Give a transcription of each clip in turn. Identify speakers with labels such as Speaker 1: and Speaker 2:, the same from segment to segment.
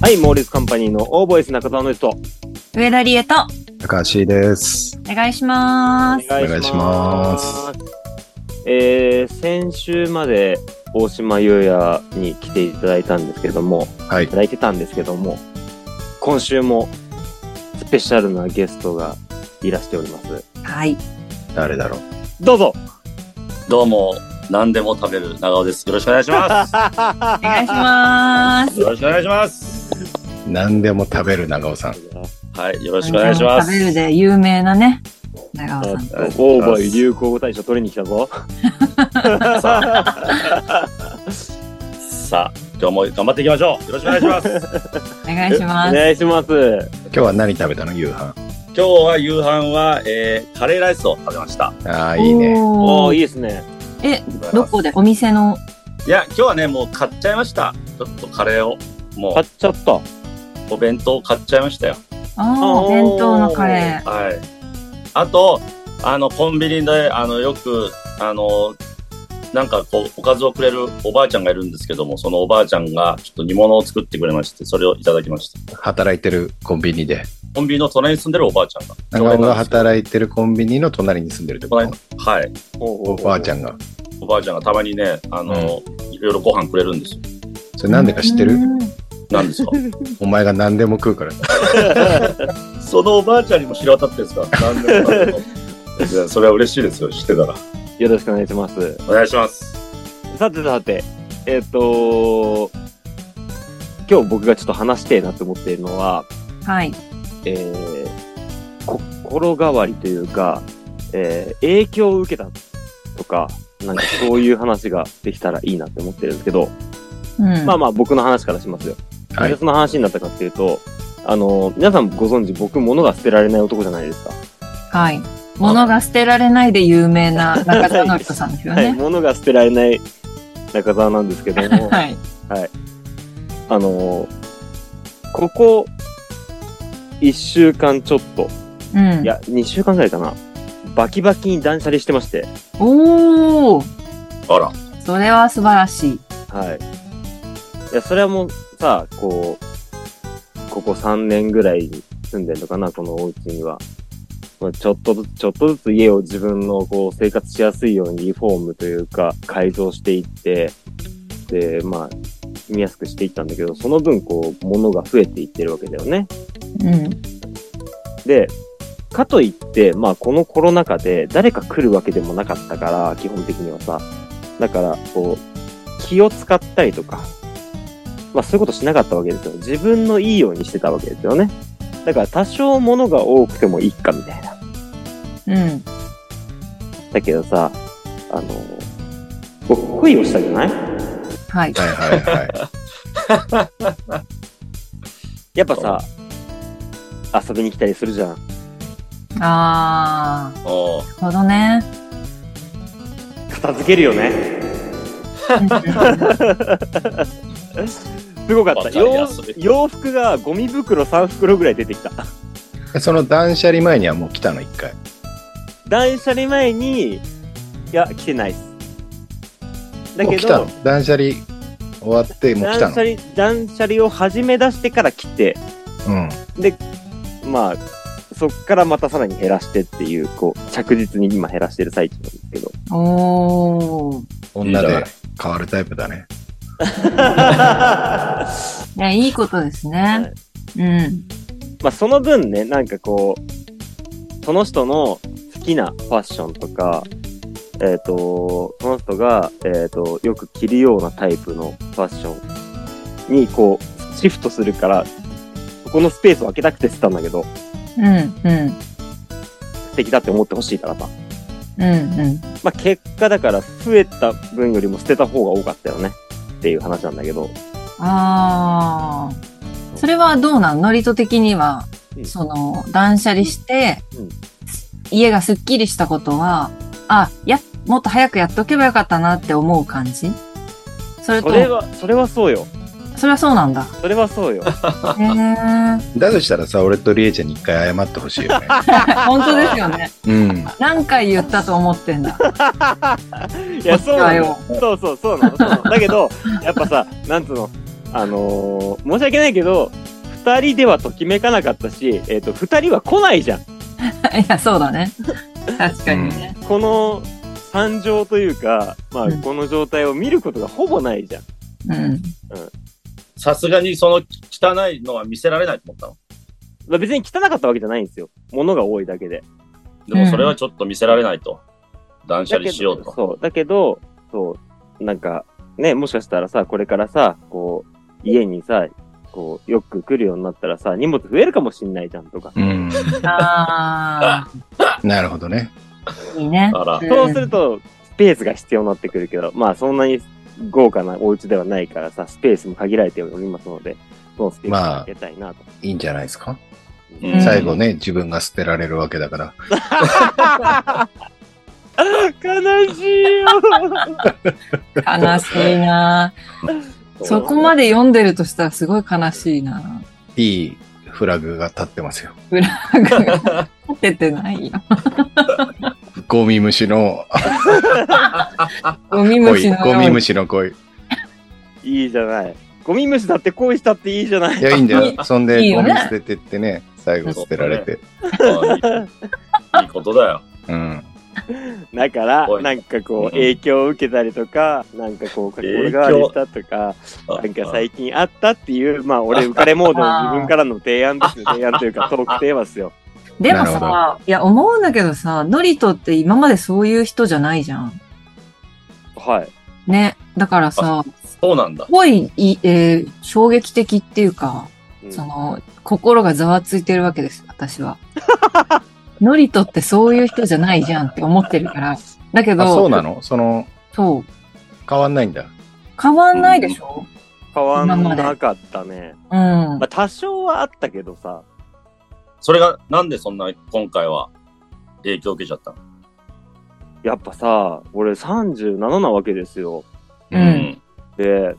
Speaker 1: はい、モーリスカンパニーのオーボイス中澤の人、
Speaker 2: 上田理恵と
Speaker 3: 高橋です。
Speaker 2: お願いしま
Speaker 1: お
Speaker 2: す。
Speaker 1: 願いします。えー、先週まで大島優也に来ていただいたんですけども、
Speaker 3: はい
Speaker 1: いた。だいてたんですけども、今週もスペシャルなゲストがいらしております。
Speaker 2: はい。
Speaker 3: 誰だろう。
Speaker 1: どうぞ
Speaker 4: どうも、何でも食べる長尾です。よろしくお願いしま。
Speaker 2: お願いします す。
Speaker 4: よろしくお願いします。
Speaker 3: 何でも食べる長尾さん。
Speaker 4: はい、よろしくお願いします。
Speaker 2: 食べるで有名なね、長尾さん。
Speaker 4: はい
Speaker 1: オーバー流行語大賞取りに来たぞ。
Speaker 4: さあ、今日も頑張っていきましょう。よろしくお願い しま
Speaker 2: お
Speaker 4: す。
Speaker 2: 願い
Speaker 1: お
Speaker 2: します。
Speaker 1: 願いします。
Speaker 3: 今日は何食べたの夕飯。
Speaker 4: 今日は夕飯は、えー、カレーライスを食べました。
Speaker 3: ああ、いいね。
Speaker 1: お
Speaker 2: お
Speaker 1: ー、い
Speaker 2: ー
Speaker 1: いですね。
Speaker 2: え、どこでお店の、
Speaker 4: いや、今日はね、もう買っちゃいました。ちょっとカレーを。も
Speaker 1: 買っちゃった。
Speaker 4: う、お弁当買っちゃいましたよ。
Speaker 2: ああ、
Speaker 1: おー
Speaker 2: お弁当のカレー。
Speaker 4: はい。あと、あの、コンビニで、あの、よく、あの、なんかこう、おかずをくれるおばあちゃんがいるんですけども、そのおばあちゃんが、ちょっと煮物を作ってくれまして、それをいただきました。
Speaker 3: 働いてるコンビニで。
Speaker 4: コンビニの隣に住んでるおばあちゃんが。
Speaker 3: 長尾が
Speaker 4: 常
Speaker 3: 働いてるコンビニの隣に住んでるってこと
Speaker 4: 連なんですけどはい。
Speaker 1: お
Speaker 3: おばあちゃ
Speaker 1: ん。
Speaker 3: んが。
Speaker 4: おばあちゃんがたまにね、あの、いろいろご飯くれるんですよ。
Speaker 3: それなんでか知ってる
Speaker 2: うん
Speaker 4: なんですか
Speaker 3: お前が何でも食うから。
Speaker 4: そのおばあちゃんにも知れ渡ってるんですかなんでもなんでも いやそれは嬉しいですよ、知ってたら。
Speaker 1: よろしくお願いします。
Speaker 4: お願いします。
Speaker 1: さてさて、えっ、と今日僕がちょっと話してえなと思っているのは、
Speaker 2: はい。
Speaker 1: えー、こ心変わりというか、えー、影響を受けたとか、なんかそういう話ができたらいいなって思ってるんですけど、
Speaker 2: うん。
Speaker 1: まあまあ僕の話からしますよ。
Speaker 3: は
Speaker 1: ないんでその話になったかっていうと、あの皆さんご存知僕物が捨てられない男じゃないですか。
Speaker 2: はい。物が捨てられないで有名な中田の人さんですよ
Speaker 1: はい。
Speaker 2: ね。
Speaker 1: 物が捨てられない中澤なんですけど も、
Speaker 2: はい。
Speaker 1: あのここ1週間ちょっと、
Speaker 2: うん
Speaker 1: い。や、2週間ぐらいかな、バキバキに断捨離してまして、
Speaker 2: おお、
Speaker 4: あら、
Speaker 2: それは素晴らしい。
Speaker 1: はい。いや、それはもうさ、こう、ここ3年ぐらい住んでるのかな、このお家には。まあちょっとずつ、ちょっとずつ家を自分のこう生活しやすいようにリフォームというか改造していって、で、まあ、住みやすくしていったんだけど、その分こう、物が増えていってるわけだよね。
Speaker 2: うん。
Speaker 1: で、かといって、まあ、このコロナ禍で誰か来るわけでもなかったから、基本的にはさ。だから、こう、気を使ったりとか、まあ、そういうことしなかったわけですよ。自分のいいようにしてたわけですよね。だから、多少物が多くてもいいか、みたいな。
Speaker 2: うん。
Speaker 1: だけどさ、あの、僕、恋をしたじゃない
Speaker 2: はい。
Speaker 3: はいはいは
Speaker 1: やっぱさ、遊びに来たりするじゃん。
Speaker 2: ああ、な
Speaker 4: お
Speaker 2: るほどね。
Speaker 1: 片付けるよね。すごかった。
Speaker 4: わかり
Speaker 1: 洋
Speaker 4: やすい
Speaker 1: 洋服がゴミ袋3袋ぐらい出てきた。
Speaker 3: い。その断捨離前にはもう来たの一回。
Speaker 1: 断捨離前に、いや、来てないっす。だ
Speaker 3: もう
Speaker 1: け
Speaker 3: 来た
Speaker 1: ど
Speaker 3: の、。断捨離終わってもう来た
Speaker 1: 断捨離、
Speaker 3: の。
Speaker 1: 断捨離を始め出してから来て、
Speaker 3: うん。
Speaker 1: まあ、そっからまたさらに減らしてっていう、こう、着実に今減らしてる最中なんですけど。
Speaker 2: おお。
Speaker 3: 女
Speaker 4: いいじゃ
Speaker 3: で
Speaker 4: ない
Speaker 3: 変わるタイプだね。
Speaker 2: いや、いいことです
Speaker 1: は
Speaker 2: ね
Speaker 1: い。
Speaker 2: うん。
Speaker 1: まあ、その分ね、なんかこう、その人の好きなファッションとか、えっ、と、その人が、えっ、と、よく着るようなタイプのファッションに、こう、シフトするから、そこのスペースを空けたくてしてたんだけど、
Speaker 2: うん、うん、
Speaker 1: 素敵だって思ってほしいからさ。
Speaker 2: うん、うん。
Speaker 1: まあ、結果だから、増えた分よりも捨てた方が多かったよね。っていう話なんだけど。
Speaker 2: ああ。それはどうなんノリと的には
Speaker 1: う、ん
Speaker 2: その、断捨離して
Speaker 1: うん、
Speaker 2: 家がすっきりしたことは、あ、や、もっと早くやっとけばよかったなって思う感じそれ
Speaker 1: そ
Speaker 2: と、
Speaker 1: れは、それはそうよ。
Speaker 2: それはそ うなんだ。
Speaker 1: それはそうよ。
Speaker 2: へえ。
Speaker 3: だとしたらさ、俺とリエちゃんに一回謝ってほしいよ ね。
Speaker 2: 本当ですよね。
Speaker 3: うん。
Speaker 2: 何回言ったと思って んだ。
Speaker 1: いや、そうなの
Speaker 2: こ
Speaker 1: よ。そうそう、そうなの。そうなのだけど、やっぱさ、なんつうの、あのー申し訳ないけど、二人ではときめかなかったし、えっ、と、二人は来ないじゃん。
Speaker 2: いや、そうだね。確かにね。
Speaker 1: この惨状というか、まあ、
Speaker 2: うん
Speaker 1: この状態を見ることがほぼないじゃん。
Speaker 2: うん。
Speaker 4: さすがにその汚いのは見せられないと思ったの。
Speaker 1: まあ別に汚かったわけじゃないんですよ。物が多いだけで。
Speaker 4: でもそれはちょっと見せられないと。断捨
Speaker 1: だけ
Speaker 4: 離しよう
Speaker 1: ど、
Speaker 4: と。
Speaker 1: そう。だけど、そう、なんか、ね、もしかしたらさ、これからさ、こう、家にさ、こう、よく来るようになったらさ、荷物増えるかもしんないじゃんとか。
Speaker 3: うん。
Speaker 2: あ
Speaker 3: なるほどね。
Speaker 2: あ、いいね。
Speaker 4: あら
Speaker 2: ん
Speaker 1: そうすると、スペースが必要になってくるけど、まあ、そんなに豪華なお家ではないからさ、スペースも限られておりますので、そのスペースを
Speaker 3: まあ
Speaker 1: 空けたいなと。
Speaker 3: いいんじゃないですか。
Speaker 4: うん
Speaker 3: 最後ね、自分が捨てられるわけだから。
Speaker 1: 悲しい よ
Speaker 2: 悲しいなそこまで読んでるとしたらすごい悲しいない
Speaker 3: いフラグが立ってますよ。
Speaker 2: なんか出てないよ。
Speaker 3: ゴミ虫の
Speaker 2: ゴミ虫
Speaker 3: 恋。
Speaker 2: の
Speaker 3: ゴ
Speaker 2: ように
Speaker 3: ミ虫の恋。
Speaker 1: いいじゃない。ゴミ虫だって恋したっていいじゃない
Speaker 3: い。や、いいんだよ。そん
Speaker 2: いい
Speaker 3: で、
Speaker 2: よ
Speaker 3: ゴ
Speaker 2: ね
Speaker 3: ミ捨ててってね、最後捨てられて。
Speaker 4: あいいいいことだよ。
Speaker 3: うん。
Speaker 1: だから
Speaker 4: お、い
Speaker 1: なんかこう、
Speaker 4: うん
Speaker 1: 影響を受けたりとか、なんかこう、心変わりしたとか、なんか最近あったっていう、まあ、俺、浮かれモードの自分からの提案ですよ。提案というか、トークテーマですよ。
Speaker 2: でも
Speaker 3: なるほ
Speaker 2: さ、いや、思うんだけどさ、ノリトって今までそういう人じゃないじゃん。
Speaker 1: はい。
Speaker 2: ね。だからさ、す
Speaker 4: そうなんだ。
Speaker 2: ごい、いえー衝撃的っていうか、
Speaker 1: うん
Speaker 2: その、心がざわついてるわけです、私 は。ノリトってそういう人じゃないじゃんって思ってるから。だけど、
Speaker 3: あ、そうなのその、
Speaker 2: そう
Speaker 3: 変わんないんだ。
Speaker 2: 変わんないでしょ、
Speaker 1: 変わんなかったね。
Speaker 2: うん、
Speaker 1: まあ、多少はあったけどさ、
Speaker 4: それがなんでそんな今回は影響を受けちゃったの
Speaker 1: やっぱさ、俺37なわけですよ。
Speaker 2: うん
Speaker 4: うん。
Speaker 1: で、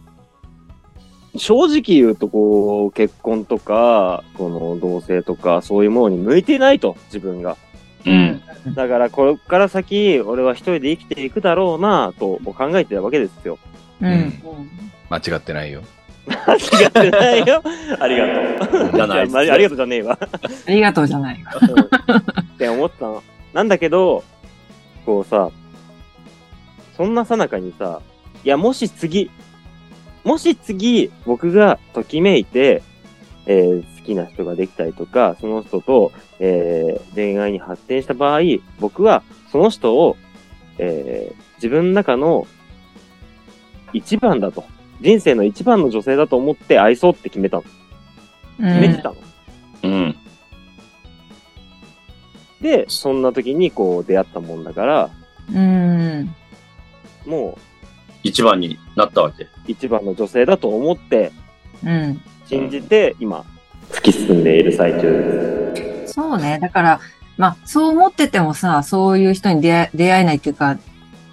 Speaker 1: 正直言うと、こう、結婚とか、この同性とか、そういうものに向いてないと、自分が。
Speaker 4: うん。
Speaker 1: だから、これから先、俺は一人で生きていくだろうなと考えてるわけです よ。
Speaker 2: うん。
Speaker 3: 間違ってないよ。
Speaker 1: 間違ってないよ。ありがとう。
Speaker 4: じゃない
Speaker 1: まあありがとうじゃねえわ。
Speaker 2: ありがとうじゃない。
Speaker 1: って思ったの。なんだけど、こうさ、そんなさなかにさ、いや、もし次、もし次、僕がときめいて、えー好きな人ができたりとか、その人と、えー恋愛に発展した場合、僕はその人を、えー自分の中の一番だと。人生の一番の女性だと思って愛そうって決めたの。
Speaker 2: う
Speaker 1: 決めて
Speaker 2: ん
Speaker 1: た。の。
Speaker 4: うん。
Speaker 1: で、そんな時にこう出会ったもんだから、
Speaker 2: うん。
Speaker 1: も
Speaker 4: 一番になったわけ。
Speaker 1: う一番の女性だと思って、
Speaker 2: うん。
Speaker 1: 信じて、今、突き進んでいる最中です。
Speaker 2: そうね。だから、まあ、そう思っててもさ、そういう人に出会え出会えないっていうか、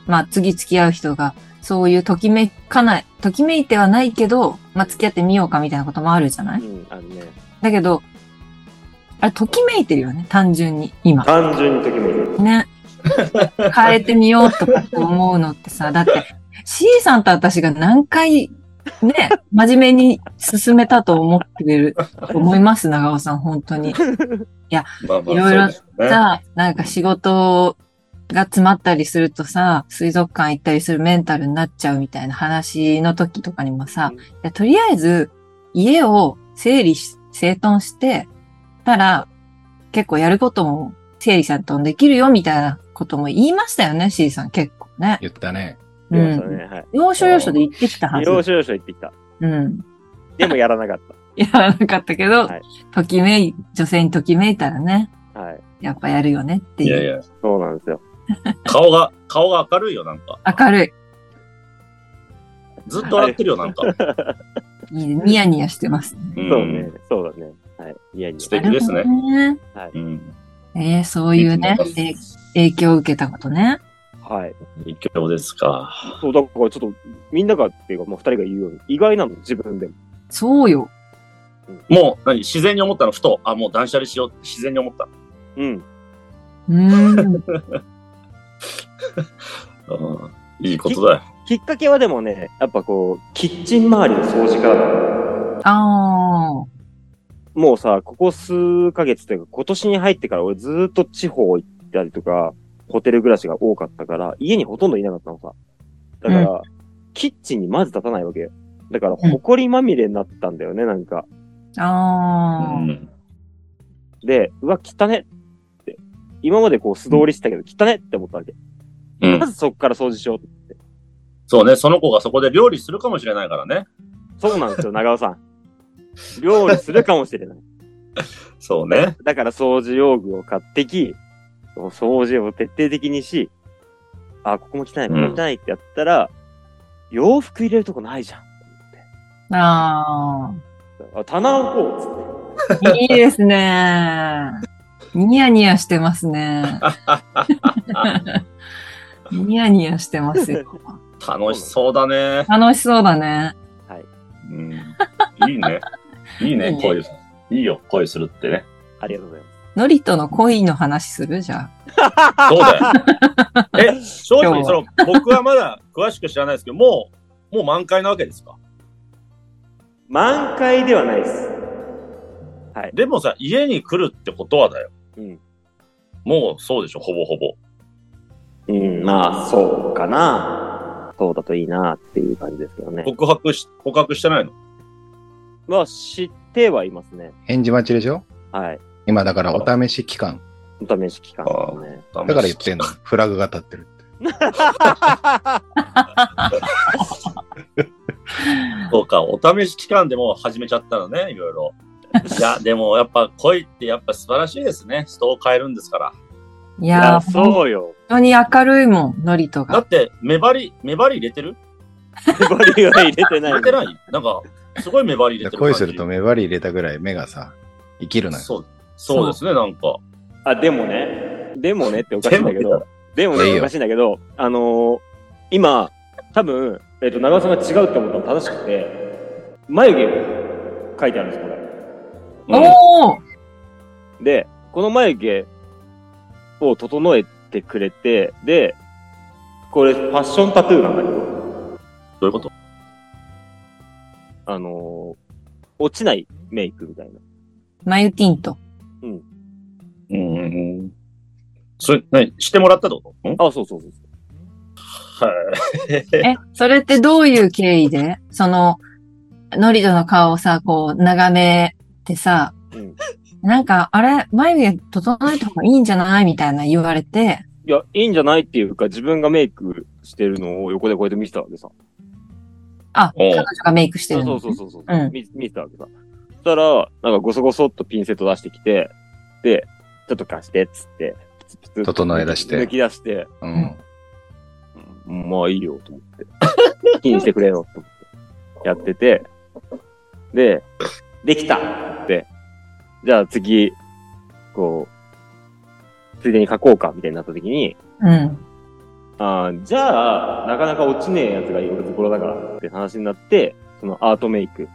Speaker 2: まあ、次付き合う人が、そういうときめかない、ときめいてはないけど、まあ、付き合ってみようかみたいなこともあるじゃない
Speaker 1: うん、あるね。
Speaker 2: だけど、あれ、ときめいてるよね、単純に、今。
Speaker 1: 単純にときめいてる。
Speaker 2: ね。変えてみようとかって思うのってさ、だって、C さんと私が何回、ね、真面目に進めたと思ってると思います、長尾さん、本当に。
Speaker 4: まあまあ
Speaker 2: いろいろ
Speaker 4: そうだよね
Speaker 2: さ、なんか仕事が詰まったりするとさ、水族館行ったりするメンタルになっちゃうみたいな話の時とかにもさ、いやとりあえず家を整理し、整頓してたら、結構やることも整理さんとできるよみたいなことも言いましたよね、C さん結構ね。
Speaker 3: 言ったね。
Speaker 2: う
Speaker 1: 言いました
Speaker 2: ん。
Speaker 1: ね。はい。
Speaker 2: 要所要所で言ってきたは
Speaker 1: 要
Speaker 2: ず。
Speaker 1: 所要所行ってきた。
Speaker 2: うん。
Speaker 1: でもやらなかっ
Speaker 2: やらなかったけど、
Speaker 1: はい
Speaker 2: ときめい、女性にときめいたらね、
Speaker 1: た。はい。
Speaker 2: やっぱやるよねって
Speaker 4: い
Speaker 2: いう。
Speaker 4: やいや、
Speaker 1: そうなんですよ。
Speaker 4: 顔が、顔が明るいよ、なんか。
Speaker 2: 明るい。
Speaker 4: ずっと笑ってるよ、なんか。
Speaker 2: いいねニヤニヤしてますね。
Speaker 4: うん
Speaker 1: そうね。。そうだね。はい。いやいや。
Speaker 4: 素敵です
Speaker 2: な
Speaker 4: ね
Speaker 2: るほどね。
Speaker 4: うん。
Speaker 2: えー、そういうね、え影響を受けたことね。
Speaker 1: はい。
Speaker 4: 一挙ですか。
Speaker 1: そう、だからちょっと、みんながっていうか、もう二人が言うように、意外なの、自分でも。
Speaker 2: そうよ。
Speaker 4: もう、何自然に思ったのふと、あ、もう断捨離しようって自然に思った。
Speaker 1: うん。
Speaker 2: うー ん。
Speaker 4: うん。いいことだよ。
Speaker 1: きっかけはでもね、やっぱこう、キッチン周りの掃除からだ
Speaker 2: あ
Speaker 1: もうさ、ここ数ヶ月というか、今年に入ってから俺ずーっと地方行ったりとか、ホテル暮らしが多かったから、家にほとんどいなかったのさ。だから、キッチンにまず立たないわけよ。だから、
Speaker 2: うん
Speaker 1: 埃まみれになったんだよね、なんか。
Speaker 2: あー。
Speaker 4: うん。
Speaker 1: で、うわ、汚ねって。今までこう素通りしてたけど、汚ねって思ったわけ。
Speaker 4: うん
Speaker 1: まずそこから掃除しよう。
Speaker 4: そうね、その子がそこで料理するかもしれないからね。
Speaker 1: そうなんですよ、長尾さ ん。料理するかもしれない。
Speaker 4: そうね。
Speaker 1: だから掃除用具を買ってき、掃除を徹底的にし、あ、ここも汚い、ここも汚いってやったら、洋服入れるとこないじゃん。
Speaker 2: あ
Speaker 1: あ棚をこうつって、
Speaker 2: ー。いいですね。ニヤニヤしてます ね。ニヤニヤしてますよ。
Speaker 4: 楽しそうだね。
Speaker 2: 楽しそうだね。
Speaker 4: うん。いいね。いい
Speaker 2: いい
Speaker 4: ね
Speaker 2: ね、
Speaker 4: 恋。いいよ、恋するってね。
Speaker 1: ありがとうございます。
Speaker 2: ノリとの恋の話するじゃ
Speaker 4: そ うだよ。え、正
Speaker 2: 今日
Speaker 4: 直、
Speaker 2: は
Speaker 4: その、僕はまだ詳しく知らないですけど、もう、もう満開なわけですか
Speaker 1: 満開ではないです。はい。
Speaker 4: でもさ、家に来るってことはだよ。
Speaker 1: うん。
Speaker 4: もうそうでしょ、ほぼほぼ。
Speaker 1: うん、まあ、そうかな。そうだといいなっていう感じですけどね。
Speaker 4: 告白し、告白してないの
Speaker 1: まあ、知ってはいますね。
Speaker 3: 返事待ちでしょ
Speaker 1: はい。
Speaker 3: 今だからお試し期間。
Speaker 1: お試し期間ですね。
Speaker 4: だ
Speaker 3: だから言ってんの。フラグが立ってるって。
Speaker 4: そうか、お試し期間でもう始めちゃったのね、いろ いろ。いや、でもやっぱ恋ってやっぱ素晴らしいですね。人を変えるんですから。
Speaker 2: ん。い
Speaker 1: い
Speaker 2: や
Speaker 1: や、
Speaker 2: ー、本
Speaker 1: そう よ。
Speaker 2: 当に明るいもん、ノリと
Speaker 4: だ
Speaker 2: が。
Speaker 4: って、目張り、目張り入れてる
Speaker 1: ボリは入れてない。
Speaker 4: 入れてないなんか、すごい目張り入
Speaker 3: い
Speaker 4: れ
Speaker 3: や
Speaker 4: てる感
Speaker 3: 恋
Speaker 4: じ。
Speaker 3: すると目張り入れたぐらい目がさ、生きるのよ。
Speaker 4: そう。そうですね、なんか。
Speaker 1: あ、でもね、でもねっておかしいんだけど、でも
Speaker 3: いやい
Speaker 1: ね
Speaker 3: い
Speaker 1: お
Speaker 3: よ
Speaker 1: かしいんだけど、あのー今、多分、えっ、と、長尾さんが違うって思ったの正しくて、眉毛を書いてあるんです、こ
Speaker 4: うん
Speaker 2: おー
Speaker 1: れ。で、この眉毛を整えてくれて、で、これ、ファッションタトゥーなんだけど、
Speaker 4: どういうこと
Speaker 1: あのー落ちないメイクみたいな。
Speaker 2: 眉ティント。
Speaker 4: うんうんうん。それ、何してもらったってことん
Speaker 1: あ、そうそうそうそう。
Speaker 4: はい。
Speaker 2: え、それってどういう経緯でその、ノリとの顔をさ、こう、眺めてさ、
Speaker 1: うん
Speaker 2: なんか、あれ、眉毛整えた方がいいんじゃないみたいな言われて、
Speaker 1: いや、いいんじゃないっていうか、自分がメイクしてるのを横でこうやって見てたわけさ。
Speaker 2: あ、
Speaker 4: おう
Speaker 2: 彼女がメイクしてる
Speaker 1: そ
Speaker 2: の、
Speaker 1: うそうそうそう。
Speaker 2: うん
Speaker 1: 見見てたわけさ。そしたら、なんかごそごそっとピンセット出してきて、で、ちょっと貸して、っつって、プツプツ
Speaker 3: 整え出して
Speaker 1: 抜き出して、
Speaker 3: うん。
Speaker 1: うんまあいいよ、と思って。 気にしてくれよ、と思って。やってて、で、できたって、じゃあ次、こう、ついでに書こうか、みたいになった時に、
Speaker 2: うん。
Speaker 1: あーじゃあ、なかなか落ちねえやつがいるところだからって話になって、そのアートメイク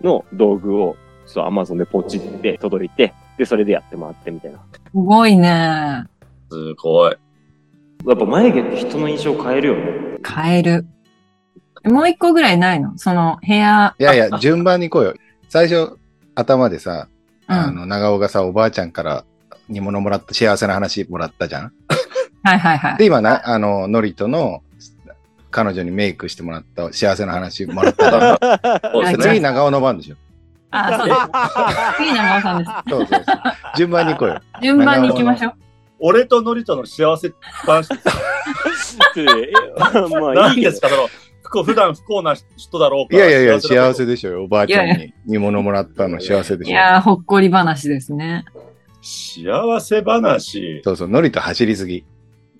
Speaker 1: の道具を、ちょっと Amazon でポチって届いて、で、それでやってもらってみたいな。
Speaker 2: すごいね。
Speaker 4: すごい。
Speaker 1: やっぱ眉毛って人の印象を変えるよね。
Speaker 2: 変える。もう一個ぐらいないのその、部屋、
Speaker 3: いやいや、順番に行こうよ。最初、頭でさ、
Speaker 2: うん。
Speaker 3: あの、長尾がさ、おばあちゃんから煮物もらった、幸せな話もらったじゃん。
Speaker 2: はいはいはい。
Speaker 3: で、今な、あの、ノリとの、彼女にメイクしてもらった幸せな話もらった じゃん。
Speaker 4: そうです
Speaker 3: で
Speaker 4: ね。
Speaker 3: 次、長尾の番でしょ。
Speaker 2: あ、そうだ。次長尾さんです。
Speaker 3: そうそうそう。順番に行こうよ。
Speaker 2: 順番に行きましょう。
Speaker 4: 俺とノリとの幸 せ話、
Speaker 1: まあい
Speaker 4: 何
Speaker 1: いけ
Speaker 4: で
Speaker 1: ど
Speaker 4: すか、その、不幸普段不幸な人だろう
Speaker 3: い
Speaker 4: か
Speaker 3: やいやいや、
Speaker 4: だろ
Speaker 3: 幸
Speaker 4: うか
Speaker 3: せでしょうよ。おばあちゃんに煮物もらったの幸せで
Speaker 2: い
Speaker 3: しょうよ。
Speaker 2: やー、ほっこり話ですね。
Speaker 4: 幸せ話。
Speaker 3: そうそう、ノリと走りすぎ。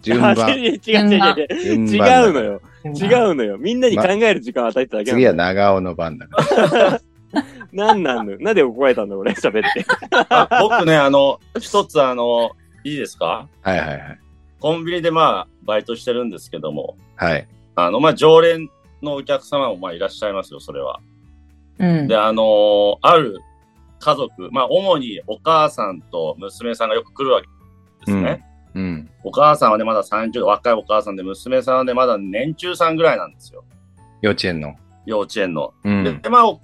Speaker 3: 順
Speaker 1: あ
Speaker 3: 番。
Speaker 1: 違う違う違う違う。
Speaker 3: 順
Speaker 1: 違
Speaker 3: 番
Speaker 1: うの
Speaker 3: だ
Speaker 1: よ。違うのよ。みんなに考える時間を与えてただけな
Speaker 3: 次は
Speaker 1: の。
Speaker 3: 長尾の番だから。
Speaker 1: なんなんのなんで怒られたんだ俺喋 って。
Speaker 4: あ僕ね、あの、一つ、あの、いいですか
Speaker 3: はいはいはい。
Speaker 4: コンビニでまあ、バイトしてるんですけども、
Speaker 3: はい。
Speaker 4: あの、まあ、常連のお客様もまあ、いらっしゃいますよ、それは。
Speaker 2: うん
Speaker 4: で、。あのーある家族、まあ、主にお母さんと娘さんがよく来るわけですね。
Speaker 3: うん。
Speaker 4: お母さんはね、まだ30度、若いお母さんで、娘さんはね、まだ年中さんぐらいなんですよ。
Speaker 3: 幼稚園の。
Speaker 4: 幼稚園の。
Speaker 3: うん。
Speaker 4: で、まあお、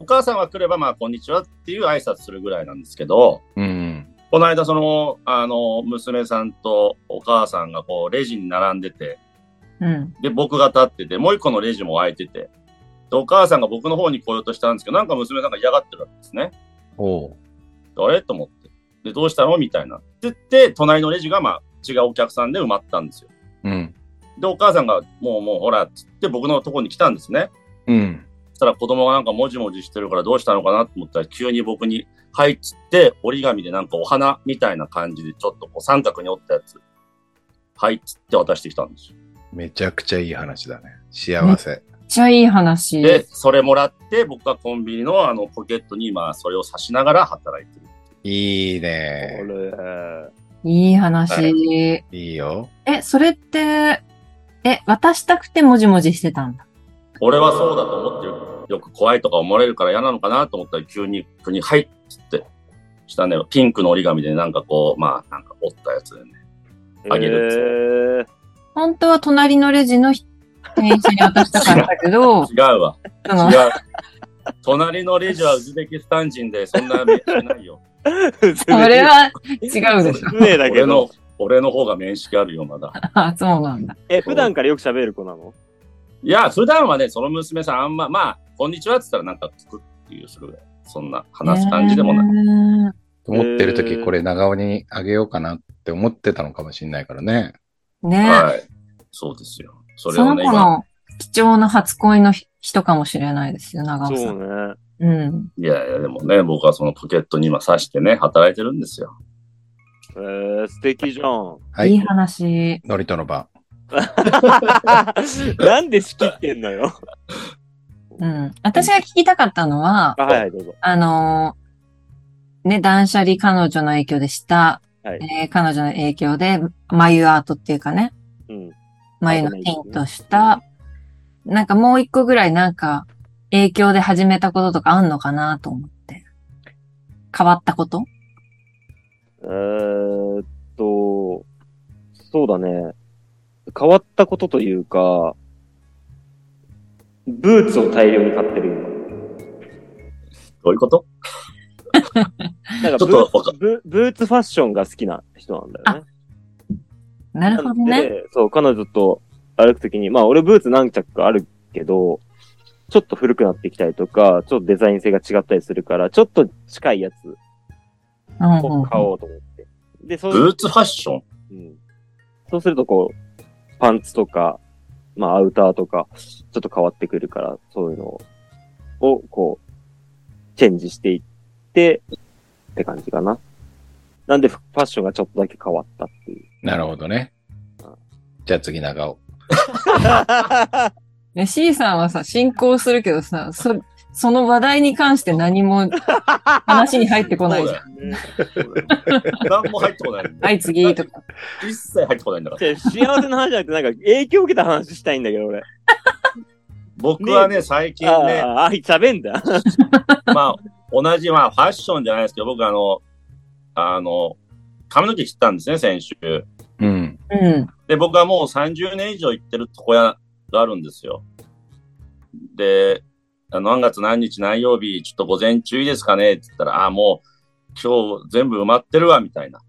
Speaker 4: お母さんが来れば、まあ、こんにちはっていう挨拶するぐらいなんですけど、
Speaker 3: うん。
Speaker 4: この間、その、あの、娘さんとお母さんが、こう、レジに並んでて、
Speaker 2: うん。
Speaker 4: で、僕が立ってて、もう一個のレジも開いてて、で、お母さんが僕の方に来ようとしたんですけど、なんか娘さんが嫌がってるわけですね。
Speaker 3: おう。
Speaker 4: あれと思って。で、どうしたのみたいな。って言って、隣のレジが、まあ、違うお客さんで埋まったんですよ。
Speaker 3: うん。
Speaker 4: で、お母さんが、もうもう、ほら、つって僕のとこに来たんですね。
Speaker 3: うん。
Speaker 4: そしたら子供がなんかもじもじしてるからどうしたのかなと思ったら、急に僕に、はいっつって、折り紙でなんかお花みたいな感じで、ちょっとこう三角に折ったやつ、はいっつって渡してきたんですよ。
Speaker 3: めちゃくちゃいい話だね。幸せ。
Speaker 2: めっちゃいい話。
Speaker 4: で、それもらって、僕はコンビニのあのポケットに今、それを差しながら働いてる。
Speaker 3: いい
Speaker 1: これ
Speaker 3: ね。、
Speaker 2: いい話。
Speaker 4: はい
Speaker 3: いいよ。
Speaker 2: え、それって、え、渡したくてもじもじしてたんだ。
Speaker 4: 俺はそうだと思ってる。よく怖いとか思われるから嫌なのかなと思ったら、急に、急に、はいっつって、したね、ピンクの折り紙でなんかこう、まあ、なんか折ったやつでね。あげる
Speaker 1: る
Speaker 2: 本当は隣のレジの人店員さんに渡したかったけど
Speaker 4: 違、うわ。
Speaker 2: その
Speaker 4: 違う。隣のレジはウズベキスタン人で、そんな面識な いよ。
Speaker 1: え
Speaker 2: それは違うでしょ。
Speaker 1: 失礼だけ
Speaker 4: 俺
Speaker 1: ど
Speaker 4: の。、俺の方が面識あるよ、まだ。
Speaker 2: あ、そうなんだ。
Speaker 1: え、普段からよく喋る子なの
Speaker 4: いや、普段はね、その娘さん、あんま、まあ、こんにちはって言ったら、なんか、つくっていう、それぐらい。そんな話す感じでもない。
Speaker 2: ない。
Speaker 3: 思ってる時
Speaker 1: えー
Speaker 3: これ長尾にあげようかなって思ってたのかもしれないからね。
Speaker 2: ね
Speaker 4: はい。そうですよ。それ
Speaker 2: そ
Speaker 4: を
Speaker 2: の
Speaker 4: ね、
Speaker 2: 子
Speaker 4: 今、
Speaker 2: の貴重な初恋の人かもしれないですよ、長尾さ
Speaker 1: そ
Speaker 2: ん。
Speaker 1: うね。
Speaker 2: うん。
Speaker 4: いやいや、でもね、僕はそのポケットに今刺してね、働いてるんですよ。
Speaker 1: えー、素敵じゃ ん。
Speaker 3: はい
Speaker 2: い
Speaker 3: い。
Speaker 2: 話。
Speaker 3: ノリとの番。
Speaker 1: なんで仕切ってんのよ。
Speaker 2: うん。私が聞きたかったのは、
Speaker 1: あはいはい、どうぞ。
Speaker 2: あのーね、断捨離彼女の影響でした。
Speaker 1: はい
Speaker 2: えー彼女の影響で、眉アートっていうかね、
Speaker 1: うん。
Speaker 2: 眉のティントした、なんかもう一個ぐらいなんか、影響で始めたこととかあんのかなと思って。変わったこと
Speaker 1: えーっと、そうだね。変わったことというか、ブーツを大量に買ってる今。
Speaker 4: どういうこと
Speaker 1: なんか
Speaker 4: ちょ
Speaker 1: ブ
Speaker 4: っとわ
Speaker 1: ー
Speaker 4: か
Speaker 1: ツブブーツファッションが好きな人なんだよね。
Speaker 2: なるほど
Speaker 1: なん
Speaker 2: ね。
Speaker 1: で、そう、彼女と歩くときに、まあ俺ブーツ何着かあるけど、ちょっと古くなってきたりとか、ちょっとデザイン性が違ったりするから、ちょっと近いやつ
Speaker 2: うん
Speaker 1: を買
Speaker 2: う
Speaker 1: おうと思って。で、そう
Speaker 4: ブーツファッション
Speaker 1: うんそうするとこう、パンツとか、まあアウターとか、ちょっと変わってくるから、そういうのを、こう、チェンジしていって、って感じかな。なんでフファッションがちょっとだけ変わったっていう。
Speaker 3: なるほどね。じゃあ次長尾。
Speaker 2: ん。ね、C さんはさ、進行するけどさ、そ、その話題に関して何も話に入って こないじゃん。
Speaker 4: そうだよ何も入ってこない。
Speaker 2: はい、次とか。
Speaker 4: 一切入ってこないんだ から。
Speaker 1: じゃあ幸せな話じゃなくて、なんか影響を受けた話したいんだけど、俺。
Speaker 4: 僕はね、最近
Speaker 1: あ
Speaker 4: ね、
Speaker 1: あ、あ、喋んだ。
Speaker 4: まあ、同じ、まあ、ファッションじゃないですけど、僕、あの、あの、髪の毛切ったんですね、先週。
Speaker 3: うん。
Speaker 2: うん。
Speaker 4: で、僕はもう30年以上行ってる床屋があるんですよ。で、あの何月何日何曜日、ちょっと午前中いいですかねって言ったら、ああ、もう今日全部埋まってるわ、みたいな。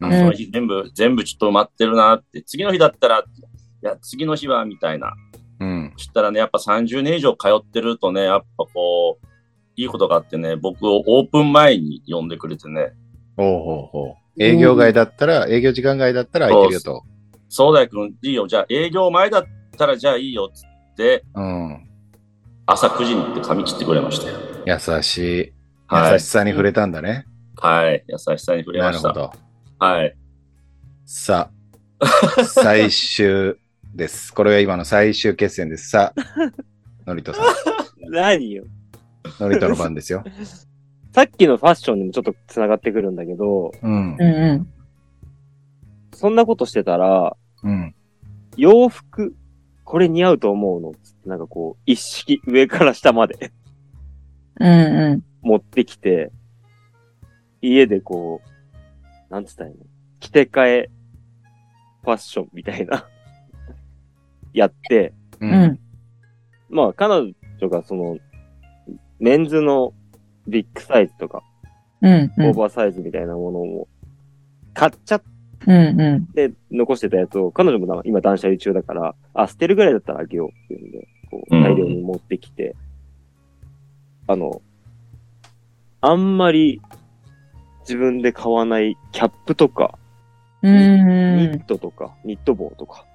Speaker 3: う
Speaker 4: その
Speaker 3: ん。
Speaker 4: 日全部、全部ちょっと埋まってるなって、次の日だったら、いや、次の日は、みたいな。
Speaker 3: うん。
Speaker 4: そしたらね、やっぱ30年以上通ってるとね、やっぱこう、いいことがあってね、僕をオープン前に呼んでくれてね、
Speaker 3: ほうほうほう。営業外だったら、営業時間外だったら空いてるよと。
Speaker 4: そうだよ君、いいよ、じゃあ営業前だったらじゃあいいよ、つって、
Speaker 3: うん。
Speaker 4: 朝9時に行って髪切ってくれましたよ。
Speaker 3: 優しい。
Speaker 4: は
Speaker 3: 優
Speaker 4: い
Speaker 3: し。さに触れたんだね。
Speaker 4: はい。優しさに触れ
Speaker 3: な
Speaker 4: ま
Speaker 3: る
Speaker 4: し
Speaker 3: ほ
Speaker 4: た。
Speaker 3: ど。
Speaker 4: はい。
Speaker 3: さあ、最終です。これは今の最終決戦です。さあ、ノリトさん。
Speaker 1: 何よ。
Speaker 3: ノリトの番ですよ。
Speaker 1: さっきのファッションにもちょっと繋がってくるんだけど、
Speaker 3: うん
Speaker 2: うん。う
Speaker 1: そんなことしてたら、
Speaker 3: うん。
Speaker 1: 洋服、これ似合うと思うのつって、なんかこう、一式上から下まで
Speaker 2: ん。うんうん。
Speaker 1: 持ってきて、家でこう、なんつったらいいの着て替え、ファッションみたいな、やって、
Speaker 3: う。
Speaker 2: うんん。
Speaker 1: まあ彼女がその、メンズのビッグサイズとか、
Speaker 2: うん、う
Speaker 1: オー
Speaker 2: ん。
Speaker 1: バーサイズみたいなものを買っちゃっ
Speaker 2: うん、う
Speaker 1: て残してたやつを、彼女もな今断捨離中だから、あ、捨てるぐらいだったらあげようっていうんで、こう、
Speaker 4: うん
Speaker 1: 大量に持ってきて、あの、あんまり自分で買わないキャップとか、
Speaker 2: ん。う
Speaker 1: ニ
Speaker 2: ん
Speaker 1: ッ。トとか、ニット帽とか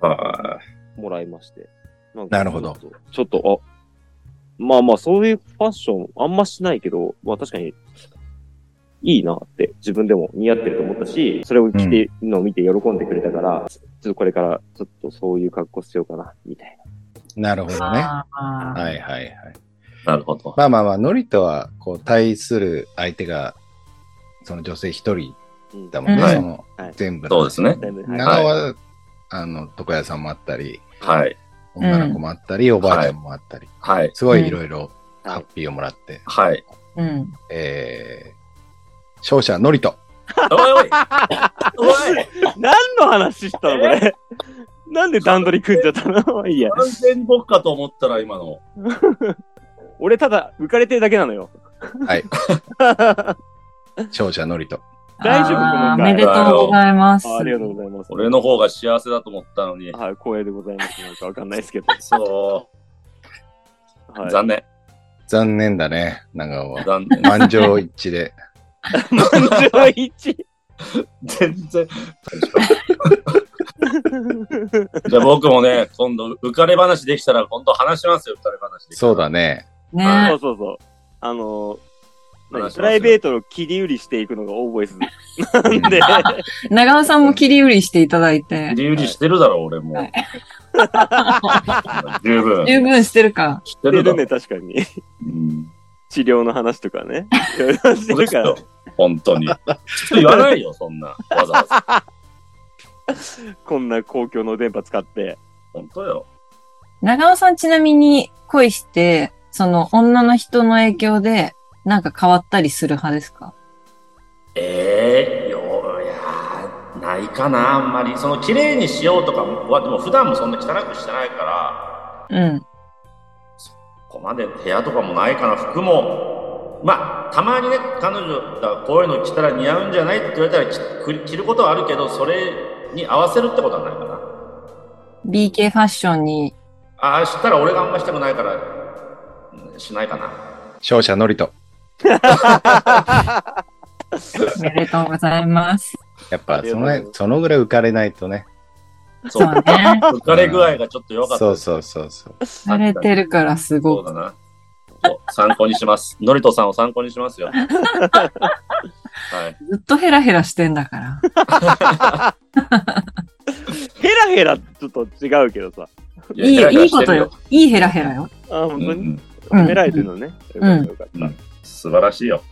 Speaker 4: は
Speaker 1: もらいまして。んか
Speaker 3: なるほど
Speaker 1: ちょっと。ちょっと、あ、まあまあ、そういうファッションあんましないけど、まあ確かに、いいなって自分でも似合ってると思ったし、それを着てるのを見て喜んでくれたから、ちょっとこれからちょっとそういう格好しようかな、みたい
Speaker 3: なるほどね。
Speaker 2: ああ
Speaker 3: はいはいはい。
Speaker 4: い。なるほど。
Speaker 3: まあまあまあ、ノリとは、こう、対する相手が、その女性一人
Speaker 1: な。うん
Speaker 3: だもんね、
Speaker 2: うん
Speaker 3: その
Speaker 1: はい、
Speaker 3: 全部の。
Speaker 4: そうですね。
Speaker 1: だいぶ、はい
Speaker 3: 長尾は、あの、床屋さんもあったり、
Speaker 4: はい。
Speaker 3: 女の子もあったり、おばあちゃんもあったり、
Speaker 4: はい。
Speaker 3: すごいいろいろ
Speaker 1: うん
Speaker 3: ハッピーをもらって、
Speaker 4: はい。
Speaker 2: うん。
Speaker 3: えー、勝者ノリと。
Speaker 4: おい おいおい
Speaker 1: 何の話したのこ れ。なんで段取り組んじゃったの まあいいや。
Speaker 4: 完全に僕かと思ったら今の。
Speaker 1: 俺ただ浮かれてるだけなのよ。
Speaker 3: はい。勝者ノリと。
Speaker 1: 大丈夫
Speaker 2: あー
Speaker 1: この回
Speaker 2: おめでとうございます。
Speaker 1: あありがとうございます。
Speaker 4: 俺の方が幸せだと思ったのに。
Speaker 1: はい、光栄でございます。なんかわかんないですけど。
Speaker 4: そ
Speaker 1: は
Speaker 4: う。
Speaker 1: い、
Speaker 4: 残念。
Speaker 3: 残念だね、長尾は。
Speaker 4: 残念。
Speaker 3: 満場一致で。
Speaker 1: 満場一致。
Speaker 4: 全然。じゃあ僕もね、今度、浮かれ話できたら、今度話しますよ、浮かれ話できたら
Speaker 3: そうだね。
Speaker 1: そ
Speaker 2: ね
Speaker 1: うそうそう。あの
Speaker 4: 話しま
Speaker 1: 何
Speaker 4: すよ
Speaker 1: プライベートの切り売りしていくのがオーボイスなん で、
Speaker 2: 長尾さんも切り売りしていただいて。
Speaker 4: 理由にしてるだろ、俺も。 十分。
Speaker 2: 十分してるか。
Speaker 4: して
Speaker 1: 出
Speaker 4: るだ
Speaker 1: るね、
Speaker 4: ろ。
Speaker 1: 確かに。
Speaker 4: うん
Speaker 1: 治療の話とかね。い ろいろしてるから。
Speaker 4: 本当に。ちょっと言わないよ、そんな。わざわざ。
Speaker 1: こんな公共の電波使って。
Speaker 4: 本当よ。
Speaker 2: 長尾さんちなみに恋して、その女の人の影響で、なんか変わったりする派ですか
Speaker 4: ええよ、いやーないかな、あんまり。その、綺麗にしようとかは、でも普段もそんな汚くしてないから、
Speaker 2: うん。
Speaker 4: ここまで部屋とかもないかな、服も。まあ、たまにね、彼女がこういうの着たら似合うんじゃないって言われたら着く着ることはあるけど、それに合わせるってことはないかな。
Speaker 2: BK ファッションに、
Speaker 4: ああ、したら俺があんましたくないから、うんしないかな。
Speaker 3: 勝者ノリと。
Speaker 2: おめでとうございます。
Speaker 3: やっぱその
Speaker 1: ありがとうござい
Speaker 3: 辺
Speaker 1: ま
Speaker 3: そのぐらい浮かれないとね。
Speaker 4: そ
Speaker 2: そう
Speaker 4: う。
Speaker 2: ね。
Speaker 4: 浮かれ具合がちょっと弱かった。
Speaker 3: そうそうそうそう。
Speaker 2: されてるからす
Speaker 4: そ
Speaker 2: ご
Speaker 4: う
Speaker 2: く。
Speaker 4: だな。そう参考にします。 ノリトさんを参考にしますよ。はい。
Speaker 2: ずっとヘラヘラしてんだから。
Speaker 1: ヘラヘラちょっと違うけどさ。
Speaker 4: いや
Speaker 2: いいよ、いい
Speaker 4: ヘラヘラし
Speaker 2: こ
Speaker 4: て
Speaker 2: と
Speaker 4: る
Speaker 2: よ。。いいヘラヘラよ。
Speaker 1: あ、
Speaker 4: う
Speaker 1: 本
Speaker 4: んう
Speaker 1: 当に。
Speaker 4: ん、
Speaker 2: うん
Speaker 1: 褒められてるのね。よ
Speaker 2: ん
Speaker 1: かったよかっ
Speaker 4: うん素晴らしいよ。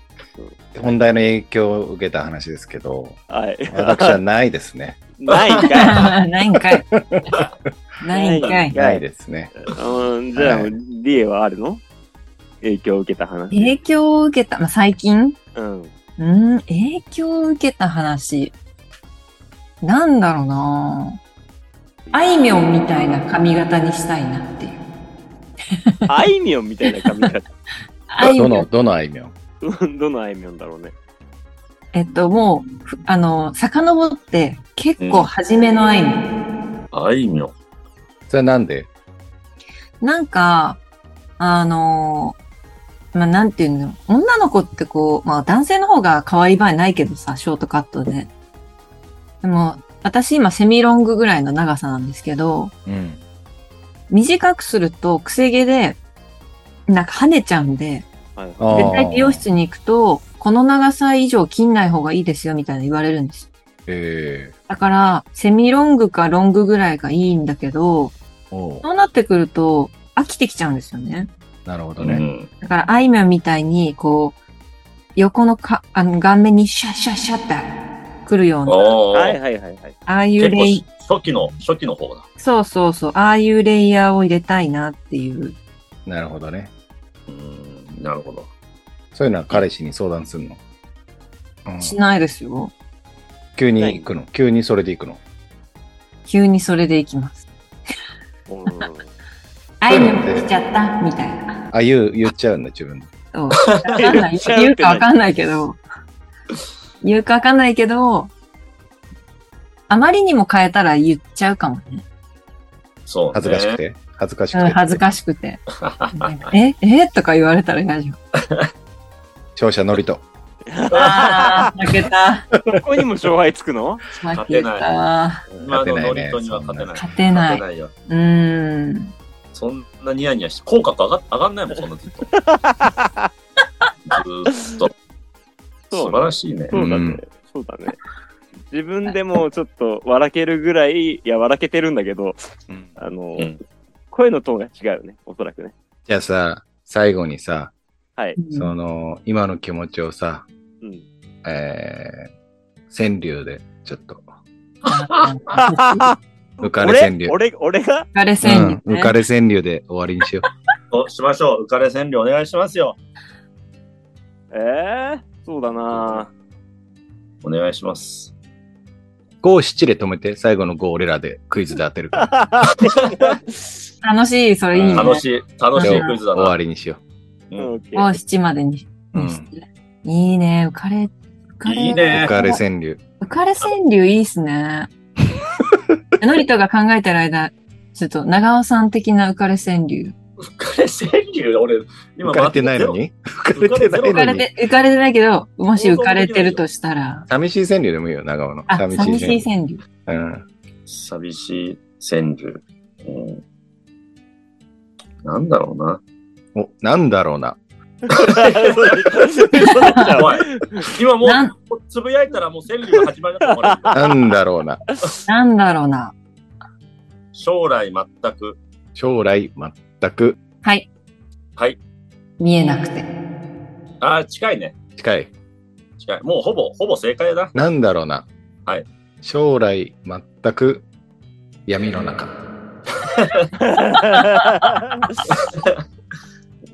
Speaker 3: 本題の影響を受けた話ですけど、
Speaker 1: た。はい。
Speaker 3: 私はないですね。
Speaker 1: ないんかい。
Speaker 2: ないんかい。ないんかい。
Speaker 3: ないですね。
Speaker 1: うん、じゃあ、
Speaker 3: はい
Speaker 1: リエはあるの影響を受けた話。
Speaker 2: 影響を受けた、まあ、最近
Speaker 1: うん。
Speaker 2: うん、影響を受けた話。なんだろうなぁあいみょんみたいな髪型にしたいなっていう。
Speaker 1: あいみょんみたいな髪型。
Speaker 2: あい
Speaker 3: ど
Speaker 2: みょ
Speaker 3: の、
Speaker 2: ん。
Speaker 3: どのあいみょん
Speaker 1: どのあいみょんだろうね。
Speaker 2: えっと、もう、ふあの、遡って、結構初めのあいみょん。
Speaker 4: あいみょん。
Speaker 3: それなんで
Speaker 2: なんか、あのまあ、なんていうの、女の子ってこう、まあ、男性の方が可愛い場合ないけどさ、ショートカットで。でも、私今セミロングぐらいの長さなんですけど、
Speaker 3: うん。
Speaker 2: 短くするとくせ毛で、なんか跳ねちゃうんで、
Speaker 1: はい。
Speaker 3: あー
Speaker 2: 絶対美容室に行くと、この長さ以上切んない方がいいですよみたいな言われるんです。
Speaker 3: え
Speaker 2: だから、セミロングかロングぐらいがいいんだけど、
Speaker 3: ー、おう
Speaker 2: そうなってくると飽きてきちゃうんですよね。
Speaker 3: なるほ
Speaker 4: う
Speaker 3: どね。
Speaker 4: ん。
Speaker 2: だから、あいみょんみたいに、こう、横のか、あの、顔面にシャッシャッシャッって来るような、
Speaker 4: おー
Speaker 1: はいはいはいはい。
Speaker 2: ああいう
Speaker 4: 結
Speaker 2: レイ、
Speaker 4: 構初期の、初期の方だ。
Speaker 2: そうそうそう、ああいうレイヤーを入れたいなっていう。
Speaker 3: なるほどね。
Speaker 4: うーん、なるほど。
Speaker 3: そういうのは彼氏に相談するの。うん
Speaker 2: しないですよ。
Speaker 3: 急に行くの。急にそれで行くの。
Speaker 2: 急にそれで行きます。
Speaker 1: うん
Speaker 2: あいみょん来ちゃったみたいな。
Speaker 3: あ、言う、言っちゃうんだ、自分で。
Speaker 2: そう。わかんない。言うかわかんないけど、言うかわかんないけど、あまりにも変えたら言っちゃうかもね。
Speaker 4: そう、ね。
Speaker 3: 恥ずかしく。て。恥ずかしく
Speaker 2: うん
Speaker 3: て。
Speaker 2: 恥ずかしくて。ええとか言われたら嫌じゃん。
Speaker 3: 勝者のりと。
Speaker 2: ああ、負けた。
Speaker 1: ここにも勝敗つくの
Speaker 2: 負けた。
Speaker 4: 今のノリ
Speaker 3: そ
Speaker 4: トには
Speaker 3: ん
Speaker 4: 勝てな
Speaker 2: 勝てない
Speaker 3: な
Speaker 4: い。勝てないよ。
Speaker 2: うーん。
Speaker 4: そんなニヤニヤして、口角上が上がんない もん、そんなずっと。ずーっと。素晴らしいね。
Speaker 1: そうだね。そうだね。自分でもちょっと笑けるぐらい、いや、笑けてるんだけど、
Speaker 3: うん
Speaker 1: あの、
Speaker 4: うん
Speaker 1: 声のトーンが違うね、おそらくね。
Speaker 3: じゃあさ、最後にさ、
Speaker 1: はい。
Speaker 3: その、今の気持ちをさ、
Speaker 1: うん。
Speaker 3: えー、川柳で、ちょっと、
Speaker 2: あ
Speaker 3: 浮かれ川柳。
Speaker 1: 俺、俺、俺が
Speaker 2: 疲れ
Speaker 3: う
Speaker 2: 千里
Speaker 3: ん
Speaker 2: ね
Speaker 3: 浮かれ川柳で終わりにしよ
Speaker 4: おしましょう。浮かれ千里お願いしますよ。
Speaker 1: ええそうだな
Speaker 4: お願いします。
Speaker 3: う。五七で止めて、最後の五俺らでクイズで当て るから。
Speaker 1: ぁ
Speaker 2: 楽しい、それいいね。
Speaker 4: 楽しい、楽
Speaker 3: じ
Speaker 4: し
Speaker 3: ゃ
Speaker 4: い
Speaker 3: あ
Speaker 4: クイズだ
Speaker 3: 終
Speaker 4: な。
Speaker 3: わりにしよ
Speaker 4: う
Speaker 1: うん
Speaker 4: ん
Speaker 1: オッケ
Speaker 2: を
Speaker 1: ー
Speaker 2: 7までに。
Speaker 3: う。うん。
Speaker 2: いいね、浮かれ、浮かれ。
Speaker 4: いいね
Speaker 3: 浮かれ川柳。
Speaker 2: 浮かれ川柳いいっす ね。のりとが考えてる間、ちょっと長尾さん的な浮かれ川柳。
Speaker 4: 浮かれ川柳俺、今
Speaker 3: 浮かれてないのに浮か
Speaker 4: 浮か
Speaker 3: れて
Speaker 4: れて
Speaker 3: な
Speaker 4: ないい
Speaker 2: 浮か
Speaker 3: の
Speaker 2: れ
Speaker 3: に。
Speaker 2: て、浮かれてないけど、もし浮かれてるとしたら、
Speaker 3: 寂しい川柳でもいいよ、長尾の。
Speaker 2: あ、寂しい
Speaker 3: 川
Speaker 2: 川柳。
Speaker 3: 柳。うん。
Speaker 4: 寂しい川柳。うん。なんだろうな。
Speaker 3: お、なんだろうな。
Speaker 1: そう
Speaker 4: おい、今も
Speaker 2: なん、
Speaker 4: う、つぶやいたらもう川柳が始まりだと思われ るよ。
Speaker 3: なんだろうな。
Speaker 2: なんだろうな。
Speaker 4: 将来全く。
Speaker 3: 将来全く
Speaker 2: はい。
Speaker 4: はい。
Speaker 2: 見えなくて。
Speaker 4: ああ、近いね。
Speaker 3: 近い。
Speaker 4: 近い。もうほぼ、ほぼ正解だ。
Speaker 3: なんだろうな。
Speaker 4: はい。
Speaker 3: 将来全く闇の中。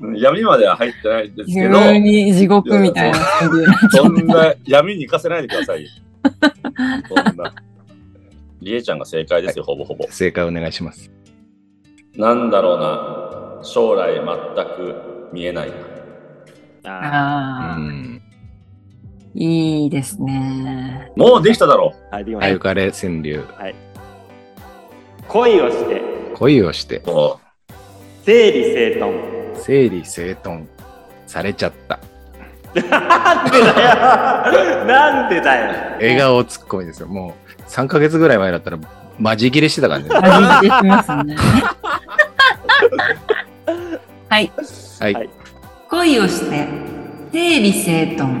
Speaker 4: うん闇までは入ってないんですけど、
Speaker 2: 急に地獄みたいな感じになっちゃ
Speaker 4: そ
Speaker 2: っ
Speaker 4: んな闇に行かせないでくださいよ。そんな。りえちゃんが正解ですよ、ほぼほぼ。
Speaker 3: 正解お願いします。
Speaker 4: なんだろうな。将来全く見えない。
Speaker 2: た。
Speaker 1: あ
Speaker 3: う
Speaker 2: ああ、
Speaker 3: ん。
Speaker 2: いいですね。
Speaker 4: もうできただろ
Speaker 1: ーありま
Speaker 3: あ
Speaker 1: し
Speaker 3: ゆかれ川柳。
Speaker 1: た恋をして、
Speaker 3: 恋をして
Speaker 4: う。、も
Speaker 1: 整理整 頓。
Speaker 3: 整理整頓されちゃった。
Speaker 1: なんでだよなんでだよ
Speaker 3: 笑顔ツッコミですよ。もう3ヶ月ぐらい前だったらマジ切れしてた感じ、ね。
Speaker 2: 味できます ね。はい。
Speaker 3: はい。
Speaker 1: はい
Speaker 2: 恋をして、整理整頓、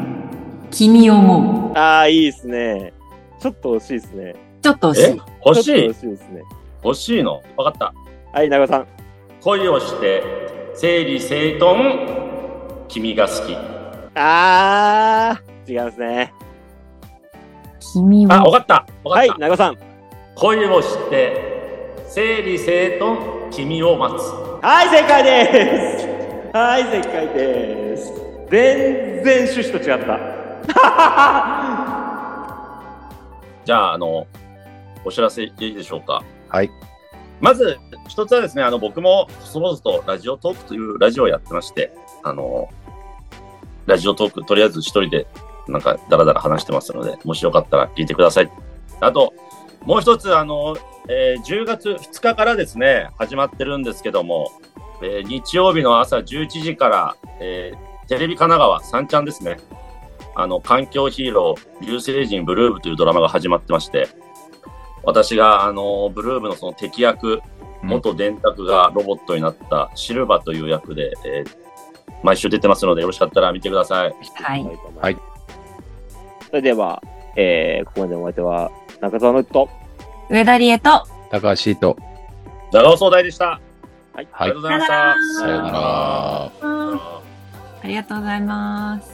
Speaker 2: 君を思う。
Speaker 1: ああ、いいですね。ちょっと惜しいですね。
Speaker 2: ちょっと
Speaker 4: う。
Speaker 2: 惜し
Speaker 4: え
Speaker 2: い。
Speaker 4: 欲し
Speaker 1: ちょ
Speaker 4: い
Speaker 1: っと惜しいですね。
Speaker 4: 欲しいのわかった。
Speaker 1: はい、長尾さん。
Speaker 4: 恋をして、整理整頓、君が好き。
Speaker 1: あー、違いますね。
Speaker 2: 君
Speaker 4: あ、
Speaker 2: を
Speaker 4: わかった。わか
Speaker 1: は
Speaker 4: っ
Speaker 1: い
Speaker 4: た、。
Speaker 1: 長尾さん。
Speaker 4: 恋をして、整理整頓、君を待つ。
Speaker 1: はい、正解です。はい、正解です。全然趣旨と違った。
Speaker 4: じゃあ、あの、お知らせいいでしょうか。
Speaker 3: はい。
Speaker 4: まず、一つはですね、あの、僕も、そ々とラジオトークというラジオをやってまして、あの、ラジオトーク、とりあえず一人で、なんか、だらだら話してますので、もしよかったら聞いてください。あと、もう一つ、あの、えー10月2日からですね、始まってるんですけども、えー日曜日の朝11時から、えーテレビ神奈川、三ちゃんですね。あの、環境ヒーロー、流星人ブルーブというドラマが始まってまして、私が、あの、ブルーブのその敵
Speaker 3: う
Speaker 4: 役、
Speaker 3: ん
Speaker 4: 元電卓がロボットになったシルバという役で、えー毎週出てますので、よろしかったら見てください。
Speaker 2: はい。
Speaker 3: はい。
Speaker 1: それでは、えー、ここまでのお相手は、中澤のうちと、
Speaker 2: 上田理恵と、
Speaker 3: 高橋と、
Speaker 4: 長尾総大でした。
Speaker 1: はい。
Speaker 4: ありがとうございました。
Speaker 2: さ
Speaker 3: さようなら。
Speaker 2: ありがとうございます。